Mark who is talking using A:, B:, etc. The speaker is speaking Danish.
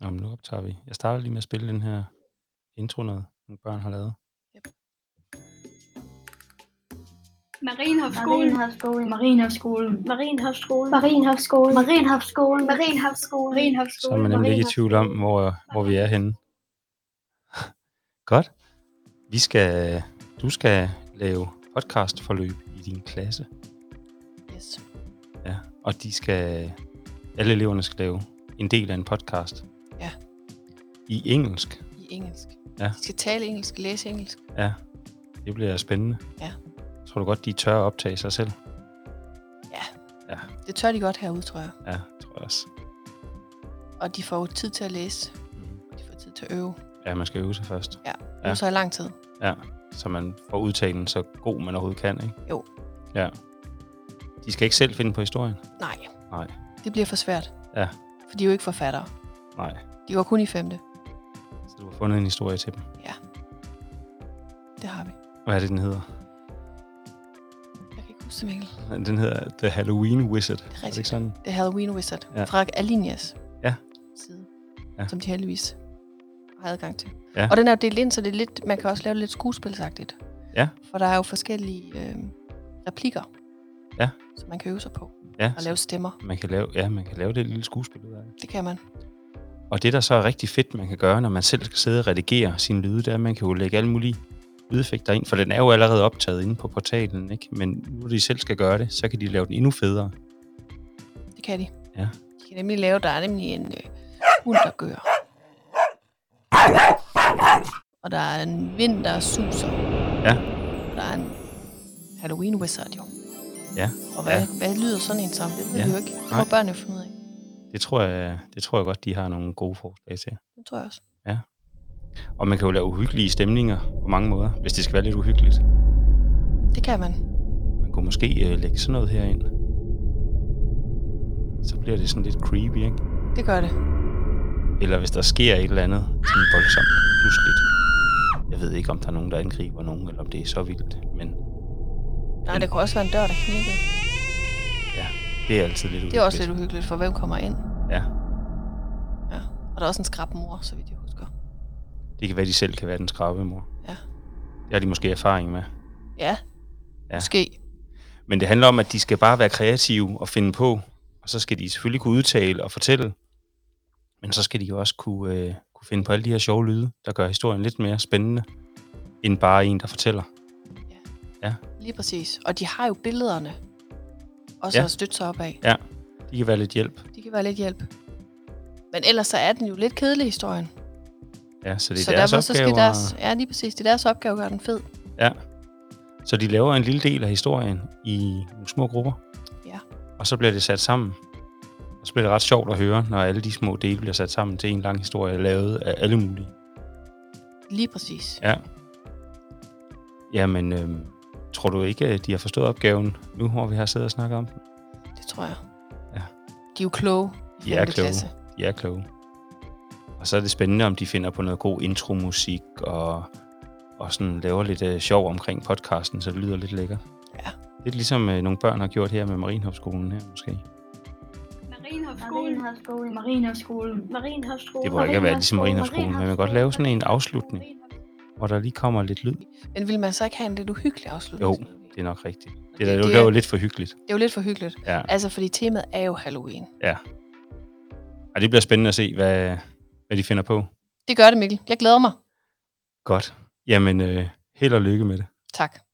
A: Nå, men nu optager vi. Jeg starter lige med at spille den her intro noget, nogle børn har lavet.
B: Marienhofskolen.
C: Marienhofskolen.
B: Marienhofskolen.
C: Marienhofskolen.
B: Marienhofskolen.
C: Marienhofskolen.
B: Marienhofskolen.
A: Så er man
B: Marienhofskolen.
A: nemlig ikke i tvivl om, hvor, hvor vi er henne. Godt. Vi skal, du skal lave podcastforløb i din klasse,
B: Yes.
A: ja. og de skal, alle eleverne skal lave en del af en podcast.
B: Ja.
A: I engelsk.
B: I engelsk.
A: Ja.
B: De skal tale engelsk, læse engelsk.
A: Ja, det bliver spændende.
B: Ja.
A: Tror du godt, de tør at optage sig selv?
B: Det tør de godt herude, tror jeg.
A: Ja, tror jeg også.
B: Og de får jo tid til at læse.
A: Mhm.
B: De får tid til at øve.
A: Ja, man skal øve sig først.
B: Ja.
A: Ja.
B: Nu så i lang tid.
A: Ja, så man får udtalen så god, man overhovedet kan, ikke?
B: Jo.
A: Ja. De skal ikke selv finde på historien?
B: Nej,
A: Nej,
B: det bliver for svært.
A: Ja.
B: For de er jo ikke forfattere.
A: nej.
B: De går kun i femte.
A: Så du har fundet en historie til dem.
B: Det har vi.
A: Hvad er det, den hedder?
B: Jeg kan ikke huske det, Mikkel.
A: Den hedder The Halloween Wizard. Det er det
B: rigtigt.
A: ikke sådan?
B: Det er Halloween Wizard
A: Ja.
B: ja. fra Alinias
A: Ja.
B: side,
A: Ja.
B: ja. som de heldigvis har adgang til.
A: Ja.
B: Og den er jo delt ind, så det er lidt, man kan også lave lidt skuespilsagtigt.
A: Ja.
B: For der er jo forskellige øh, replikker,
A: Ja.
B: som man kan øve sig på
A: Ja,
B: og lave stemmer.
A: man kan lave, ja, man kan lave det lille skuespil ud af det.
B: Det kan man.
A: Og det, der så er rigtig fedt, man kan gøre, når man selv skal sidde og redigere sine lyde, det er, at man kan jo lægge alle mulige lydeffekter ind, for den er jo allerede optaget inde på portalen, ikke? Men nu, når de selv skal gøre det, så kan de lave den endnu federe.
B: Det kan de.
A: Ja.
B: De kan nemlig lave, der er nemlig en øh, hund, der gør. Og der er en vind, der suser.
A: Ja.
B: Og der er en Halloween wizard, jo.
A: Ja,
B: Og hvad,
A: ja.
B: ja. hvad lyder sådan en som? Det ved
A: Ja.
B: ja. vi jo ikke. Det
A: Nej.
B: må børnene finde ud af.
A: Det tror jeg, det tror jeg godt, de har nogle gode forslag til.
B: Det tror jeg også.
A: Og man kan jo lave uhyggelige stemninger på mange måder, hvis det skal være lidt uhyggeligt.
B: Det kan man.
A: Man kunne måske øh, lægge sådan noget herind. Så bliver det sådan lidt creepy, ikke?
B: Det gør det.
A: Eller hvis der sker et eller andet sådan voldsomt, pludseligt. Jeg ved ikke, om der er nogen, der angriber nogen, eller om det er så vildt, men
B: Nej, det kunne også være en dør, der knirkede.
A: det er altid lidt uhyggeligt.
B: Det er også lidt uhyggeligt, for hvem kommer ind?
A: Ja,
B: Ja. Og der er også en skrab mor, så vidt jeg husker.
A: det kan være, de selv kan være den skrabe mor.
B: Ja.
A: Det har de måske erfaring med.
B: Ja.
A: Ja.
B: ja. Måske.
A: Men det handler om, at de skal bare være kreative og finde på, og så skal de selvfølgelig kunne udtale og fortælle, men så skal de jo også kunne, øh, kunne finde på alle de her sjove lyde, der gør historien lidt mere spændende, end bare en, der fortæller.
B: Lige præcis. Og de har jo billederne. Også
A: Ja.
B: ja. at støtte sig op af.
A: De kan være lidt hjælp.
B: De kan være lidt hjælp. Men ellers så er den jo lidt kedelig, historien.
A: Ja, så det er
B: så
A: deres
B: derfor så skal
A: opgave.
B: deres...
A: at-
B: Ja, lige præcis. Det er deres opgave at gøre den fed.
A: Ja. Så de laver en lille del af historien i nogle små grupper.
B: Ja.
A: Og så bliver det sat sammen. Og så bliver det ret sjovt at høre, når alle de små dele bliver sat sammen til en lang historie, lavet af alle mulige.
B: Lige præcis.
A: Ja. Jamen, øhm, tror du ikke, at de har forstået opgaven, nu hvor vi har siddet og snakket om den?
B: Det tror jeg.
A: Ja.
B: De er jo kloge. i
A: De er
B: femte
A: kloge.
B: klasse.
A: De er kloge. Og så er det spændende, om de finder på noget god intromusik og, og sådan laver lidt øh, sjov omkring podcasten, så det lyder lidt lækkert.
B: Ja.
A: Lidt ligesom øh, nogle børn har gjort her med Marienhofskolen her måske.
B: Marienhofskolen.
C: Marienhofskolen. Marienhofskolen.
A: Det burde ikke have været ligesom Marienhofskolen, men man kan godt lave sådan en afslutning, hvor der lige kommer lidt lyd.
B: Men vil man så ikke have en lidt uhyggelig afslutning?
A: Jo, det er nok rigtigt. Det, der, det, det var lidt for hyggeligt.
B: Det er jo lidt for hyggeligt.
A: Ja.
B: Altså, fordi temaet er jo Halloween.
A: Og det bliver spændende at se, hvad, hvad de finder på.
B: Det gør det, Mikkel. Jeg glæder mig.
A: Godt. Jamen, øh, held og lykke med det.
B: Tak.